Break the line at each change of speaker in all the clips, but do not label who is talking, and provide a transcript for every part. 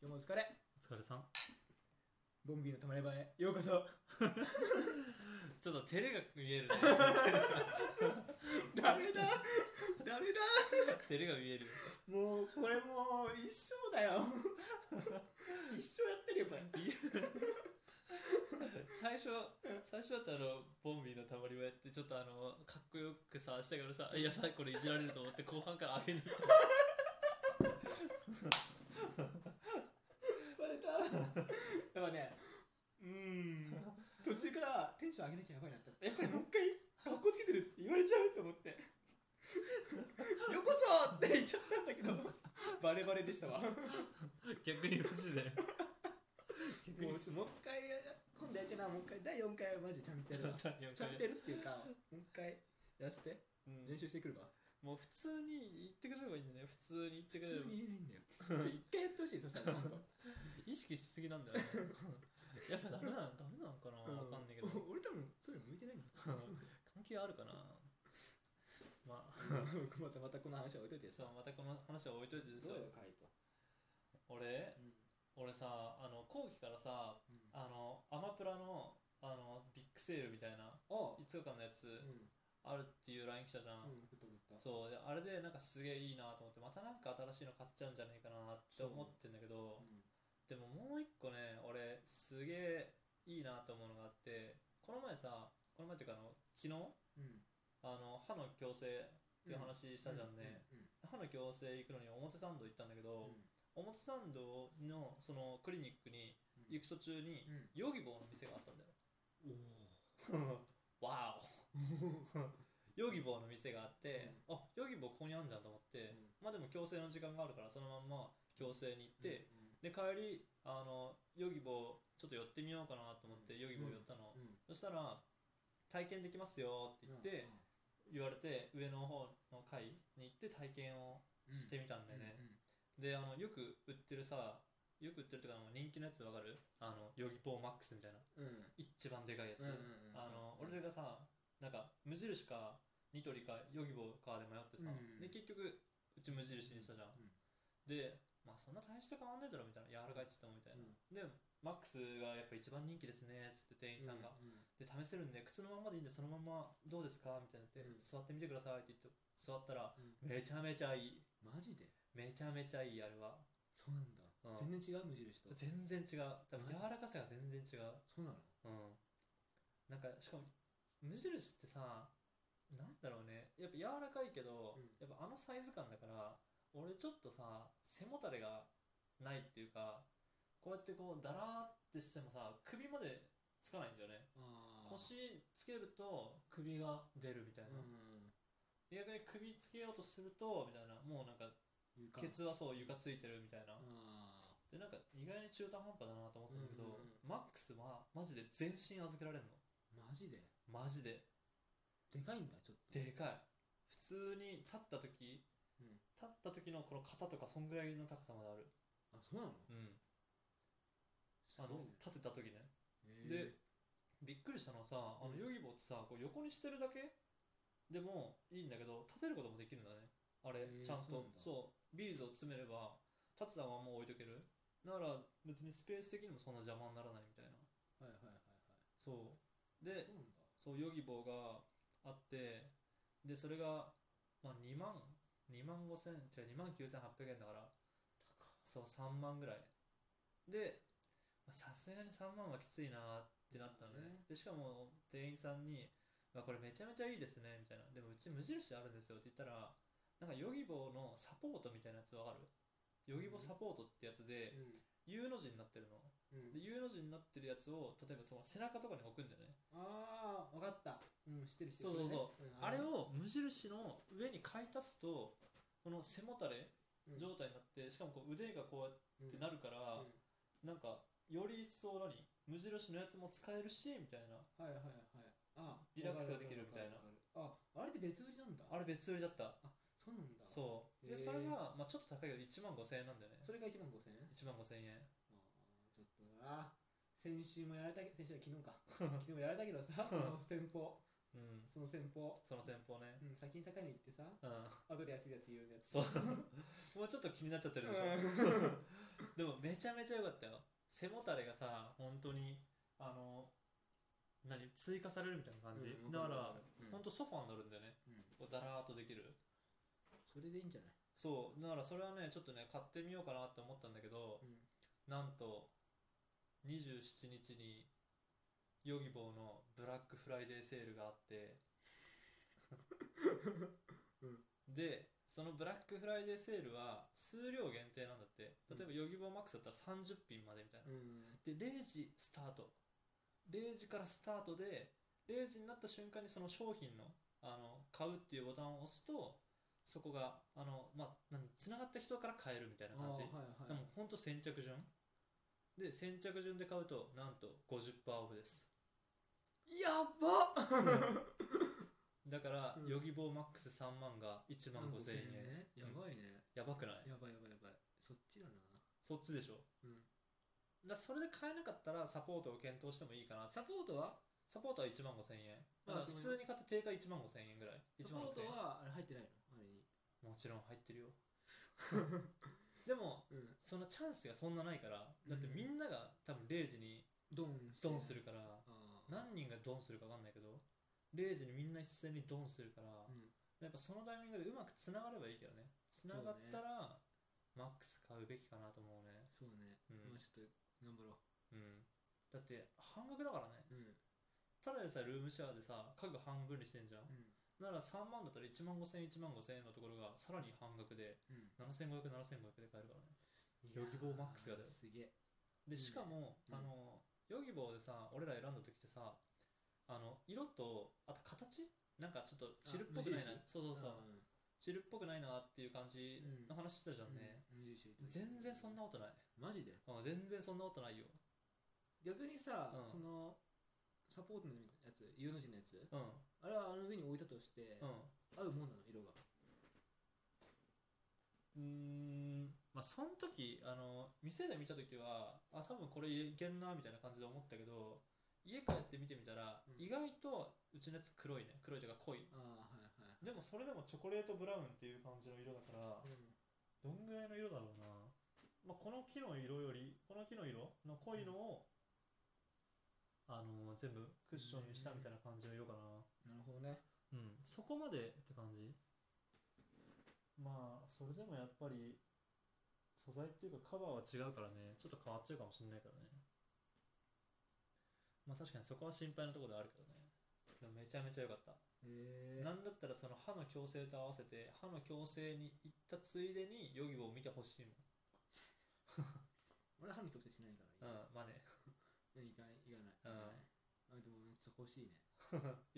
疲れ
お疲れさん
ボンビーのたまり場へようこそ
ちょっと照れが見 えるね
ダメだダメだ
照れが見える
もうこれもう一生だよ一生やってるよこれ
最初最初だったらあのボンビーのたまり場やってちょっとあのかっこよくさしたからさいやばいこれいじられると思って後半から上げに行った
バレただからねうーん途中からテンション上げなきゃやばいなってやっぱりもう一回かっこつけてるって言われちゃうと思って「ようこそ!」って言っちゃったんだけどバレバレでしたわもう
逆にマジで
ちょっともう一回今度やってなもう一回第4回はマジでちゃんとやるわちゃんとやるっていうかもう一回やらせて
うん
練習してくるわ
もう普通に言ってくれればいいんだよ普通に言って
普
くれれ
通
ば
に言えないんだよ ちょっと一回やってほしいそしたら なんか
意識しすぎなんだよね やっぱダメなのダメなのかなわかんないけど
お 俺多分それ向いてない んだ
関係あるかなまあ
またまたこの話は置いといて
さ
さ
あまたこの話は置いといて
ど
さ
うよカイト
俺俺さあの後期からさ
うん
あのアマプラのあのビッグセールみたいな
あ
5日間のやつ
うん
あるっていう LINE 来たじゃん、
うん、ふと思った。
そうであれでなんかすげえいいなと思ってまたなんか新しいの買っちゃうんじゃないかなって思ってんだけどでももう一個ね俺すげえいいなと思うのがあってこの前さこの前っていうかあの昨日
うん。うん。
あの歯の矯正っていう話したじゃんね、
うん。
歯の矯正行くのに表参道行ったんだけ
うん。
ど、表参道のそのクリニックに行く途中に
うん。
ヨギボーの店があったんだよ
おお。
わおヨギボーの店があって、あヨギボーここにあんじゃんと思って、まあでも矯正の時間があるからそのまんま矯正に行って、、で帰りあのヨギボーちょっと寄ってみようかなと思ってヨギボー寄ったの、
うん。
そしたら体験できますよって言って、、言われて上の方の階に行って体験をしてみたんだよね、。であのよく売ってるさよく売ってるとかあの人気のやつわかるあのヨギボーマックスみたいな
うん。うん。
一番でかいやつ、あの俺がさなんか無印かニトリかヨギボーかで迷ってさ、
うん
で結局うち無印にしたじゃん、でまあそんな大した変わんねえだろみたいな柔らかいっつってもみたいな、でマックスがやっぱ一番人気ですねっつって店員さんが、。で試せるんで靴のまんまでいいんでそのまんまどうですかみたいなって、
うん
座ってみてくださいって言って座ったらめちゃめちゃいい
マジで
めちゃめちゃいいあれは
そうなんだ。全然違う、無印と。
全然違う多分
マジ
柔らかさが全然違う
そうなの
うんなんかしかも無印ってさなんだろうねやっぱ柔らかいけど、
うん
やっぱあのサイズ感だから俺ちょっとさ背もたれがないっていうかこうやってこうだらーってしてもさ首までつかないんだよね
あ
腰つけると首が出るみたいな、
うん。
逆に首つけようとするとみたいなもうなんかケツはそう床ついてるみたいな、
あ
でなんか意外に中途半端だなと思ってたんだけど、
うんうんうん
マックスはマジで全身預けられる
あ。マジで
のマジで
でかいんだ、ちょっと。
でかい普通に立った時、
うん
立った時のこの肩とかそんぐらいの高さまである
あ、そうなの
うんあの立てた時ね
で、
びっくりしたのはさあ
う
の
ん
ヨギボーってさこう横にしてるだけでもいいんだけど立てることもできるんだねあれ
へー
ちゃんと
そう
そうビーズを詰めれば立てたまんま置いとけるなら別にスペース的にもそんな邪魔にならないみたい
は
な
いはいはいはい。
そ
そ
う
う
で
なんだ。
そうヨギボーがあってでそれが、まあ、2万2万5千違う2万9800円だからそう3万ぐらいでまあさすがに3万はきついなってなったの
まあ
ね
ね
でしかも店員さんに、まあ、これめちゃめちゃいいですねみたいなでもうち無印あるんですよって言ったらなんかヨギボーのサポートみたいなやつわかるヨギボーサポートってやつで U の字になってるの
うん
で U の字になってるやつを例えばその背中とかに置くんだよね
ああ、わかった。うん、知ってる知って
そう
る。
そうそ
れね
あれ、を無印の上に買い足すとこの背もたれ
うん
状態になってしかもこう腕がこうやってなるか
うん
らなんかより一層何無印のやつも使えるしみたいな
はいはいはい。あ
リラックスができるみたいな
わかるわかるわかるあ、あれって別売りなんだ。
あれ別売りだった
そうなんだ。
そう
へ
で
ー
それがまあちょっと高いけど1万5000円なんだよね
それが1万5000円
1万5000円
あーちょっとな。先週もやられたけ先週は昨日 か。昨日もやられたけどさ、その先方、
うん
その先方、
その先方ね
うん、先に高いの行ってさ、
うん
後で安いやつ言うやつ。
そうもうちょっと気になっちゃってるでしょ
う
ででもめちゃめちゃ良かったよ背もたれがさ本当にあの何追加されるみたいな感じ、だから、
うん
本当ソファーになるんだよね
うん
こうだらーっとできる
それでいいんじゃない
そうだからそれはねちょっとね買ってみようかなって思ったんだけど、
うん
なんと27日にヨギボーのブラックフライデーセールがあって、でそのブラックフライデーセールは数量限定なんだって
うん
例えばヨギボーマックスだったら30品までみたいな、
うん
で0時スタート0時からスタートで0時になった瞬間にその商品のあの買うっていうボタンを押すとそこがあの、まあ、なんつながった人から買えるみたいな
ああ
感じ、
はいはい
でも本当先着順で先着順で買うとなんと50%オフです
やばっ
だから、
うん
ヨギボーマックス3万が1万5000円
ねや
うん
ばいね
やばくない
やばいやばいやばいそっちだな
そっちでしょ
うん
だそれで買えなかったらサポートを検討してもいいかなって
サポートは
サポートは1万5000円だ
あ
から
そ
普
の
通に買って定価1万5000円ぐらい1
サ
万
ポート
6000円
はあれ入ってないのあれに
もちろん入ってるよ でも
うん
そのチャンスがそんなないからだって
うん
みんなが多分0時に
ドンして
ドンするから、
ああ
何人がドンするか分かんないけど0時にみんな一斉にドンするから、
うん
やっぱそのタイミングでうまくつながればいいけどねつながったら、マックス買うべきかなと思うね
そうね
うん
まあちょっと頑張ろ
うんだって半額だからね
ううん
ただでさルームシェアでさ家具半分にしてんじゃん
うん
なら3万だったら1万5000円1万5000円のところがさらに半額で
うん
75007500で買えるからね
いや
ヨギボーマックスがだよ
すげえ
でしかも、
うん
あのヨギボーでさ俺ら選んだ時ってさあの色とあと形なんかちょっとチルっぽくないな
無印
そうそうそう、
ん
チルっぽくないなっていう感じの話してたじゃんね、
うん無印
全然そんなことない、
マジで
うん、全然そんなことないよ
逆にさ
うん
そのサポートのやつ U の字のやつ
うん
あれはあの上に置いたとして
うん
合うもんなの色が
うーんまあその時あの店で見た時はあ多分これいけんなみたいな感じで思ったけど家帰って見てみたら、
うん
意外とうちのやつ黒いね黒いというか濃い
ああはいはい
でもそれでもチョコレートブラウンっていう感じの色だか
う
ら
ん
どんぐらいの色だろうな、まあ、この木の色よりこの木の色の濃いのを、あの全部クッションにしたみたいな感じの色かな
なるほどね
うん、そこまでって感じまあそれでもやっぱり素材っていうかカバーは違うからねちょっと変わっちゃうかもしれないからねまあ確かにそこは心配なところではあるけどねでもめちゃめちゃ良かった
へえ
なんだったらその歯の矯正と合わせて歯の矯正に行ったついでにヨギボーを見てほしい
俺歯の矯正しないから
もん、うん、まあね
うん、いかない、いかない。あ、
うん
でも、ちょっと欲しいね。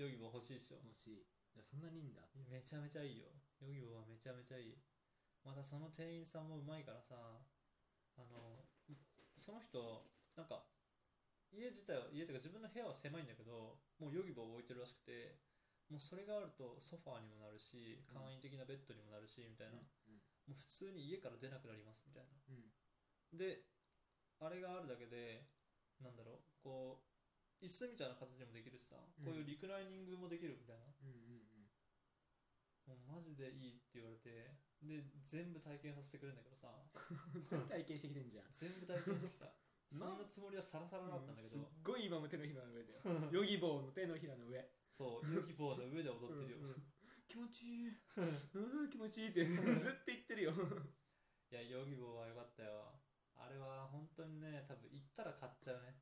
ヨギボー欲しいっしょ
欲しい。いや、そんなにいいんだ。
めちゃめちゃいいよ。ヨギボーはめちゃめちゃいい。またその店員さんもうまいからさ、あの、その人、なんか、家自体は、家というか自分の部屋は狭いんだけど、もうヨギボーを置いてるらしくて、もうそれがあるとソファーにもなるし、
うん
簡易的なベッドにもなるし、みたい
う
な。
ん。
もう普通に家から出なくなります、みたいな。
うん。
で、あれがあるだけで、なんだろう、こう、椅子みたいな形にもできるしさ、こういうリクライニングもできるみたいな。
うん。うん。
もうマジでいいって言われてで全部体験させてくれるんだけどさ
うん。全部体験してきてんじゃん。
全部体験して きたそんなつもりはさらさらだったんだけ
すっ
ど、
ごい今も手のひらの上だよ。ヨギボーの手のひらの上。
そうヨギボーの上で踊ってるよ、
うんう
い
ん気持ちいい。うん、気持ちいいってずっと言って るよ。
やヨギボーは良かったよあれは本当にね多分行ったら買っちゃうね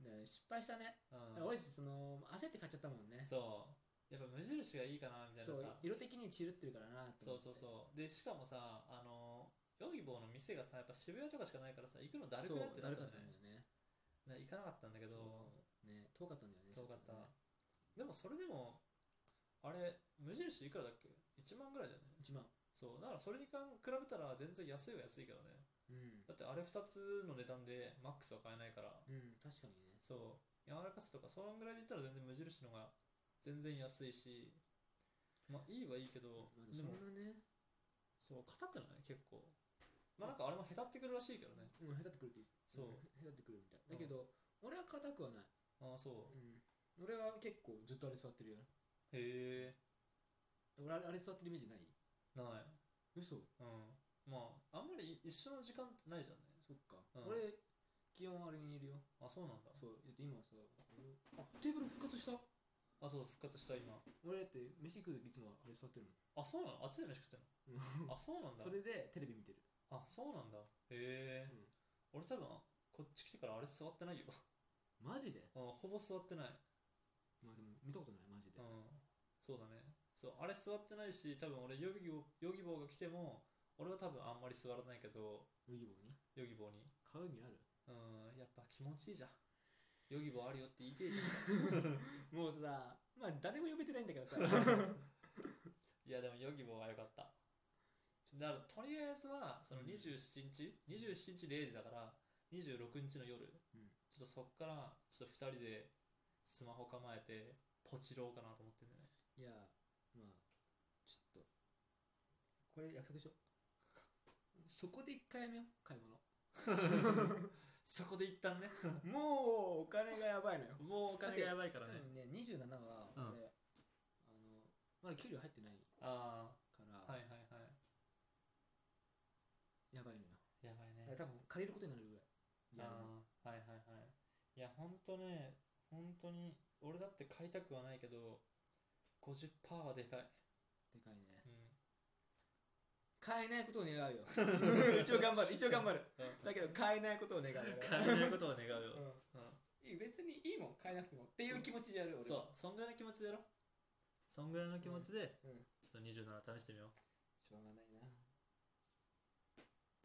ね失敗したね。
うん
俺たち、その、焦って買っちゃったもんね。
そうやっぱ無印がいいかなみたいな
そ
さ
う、色的に散るってるからな
そうそう
う。
そうでしかもさあのヨギボーの店がさやっぱ渋谷とかしかないからさ行くのだるく
そう
なって
だ
な
る
か
か
っ
ったた
ね
んだよね。
な行かなかったんだけど
そうね、遠かったんだよね。
遠かった、でもそれでもあれ無印いくらだっけ1万ぐらいだよね
1万。
そうだからそれにかん比べたら全然安いは安いけどね
うん。
だってあれ2つの値段でマックスは買えないから
うん、確かにね。
そう柔らかさとかそのぐらいで言ったら全然無印のが全然安いしまあいいはいいけど
まあ
で
そ
も
んなね。
そう硬くない結構まあなんかあれもへたってくるらしいけどね
うん、下手ってくるって言って
そうん
下手ってくるみたいだけど、俺は硬くはない、
ああそ
う
う
ん、俺は結構ずっとあれ座ってるよ
へえ
俺あれあれ座ってるイメージない
ない
嘘
うんまああんまり一緒の時間ってないじゃんね
そっか、
うん
俺基本あれにいるよ
あそうなんだ
そうだって今さあテーブル復活した
あそう復活した今
俺だって飯食う時いつもあれ座ってる
あそうなのあっちで飯食ってん
もんうん
のあそうなんだ
それでテレビ見てる
あそうなんだへえ、俺多分こっち来てからあれ座ってないよ
マジで
あほぼ座ってない
まあでも見たことないマジで、
うんそうだねそうあれ座ってないし多分俺ヨギボヨギボーが来ても俺は多分あんまり座らないけど
ヨギボーに
ヨギボーに
買う意味ある
うんやっぱ気持ちいいじゃんヨギボーあるよって言いてえじゃん
もうさまあ誰も呼べてないんだからさ
いやでもヨギボーは良かっただからとりあえずはその
うん
27日、27日0時だから26日の夜、
ん
ちょっとそっからちょっと2人でスマホ構えてポチろうかなと思ってんだよね
いやまあちょっとこれ約束しようそこで一回やめよう買い物
そこで一旦ね
もうお金がやばいのよ
もうお金がやばいから
多
ね
分ね27は
うん
俺、あのまだ給料入ってない
あ
から、
あはいはいはい
やばいのよ
やばいね
多分借りることになるぐらいいや
ああはいはいはいいやほんとねほんとに俺だって買いたくはないけど50%はでかい、
でかいね
うん、
買えないことを願うよ 一応頑張る一応頑張るだけど 買えないことを願う
買えないことを願うよ、
う
うん
んいい別にいいもん買えなくてもっていう気持ちでやる俺
そうそんぐらいの気持ちでやろうそんぐらいの気持ちで、
うん
ちょっと27試してみよう
しょうがないな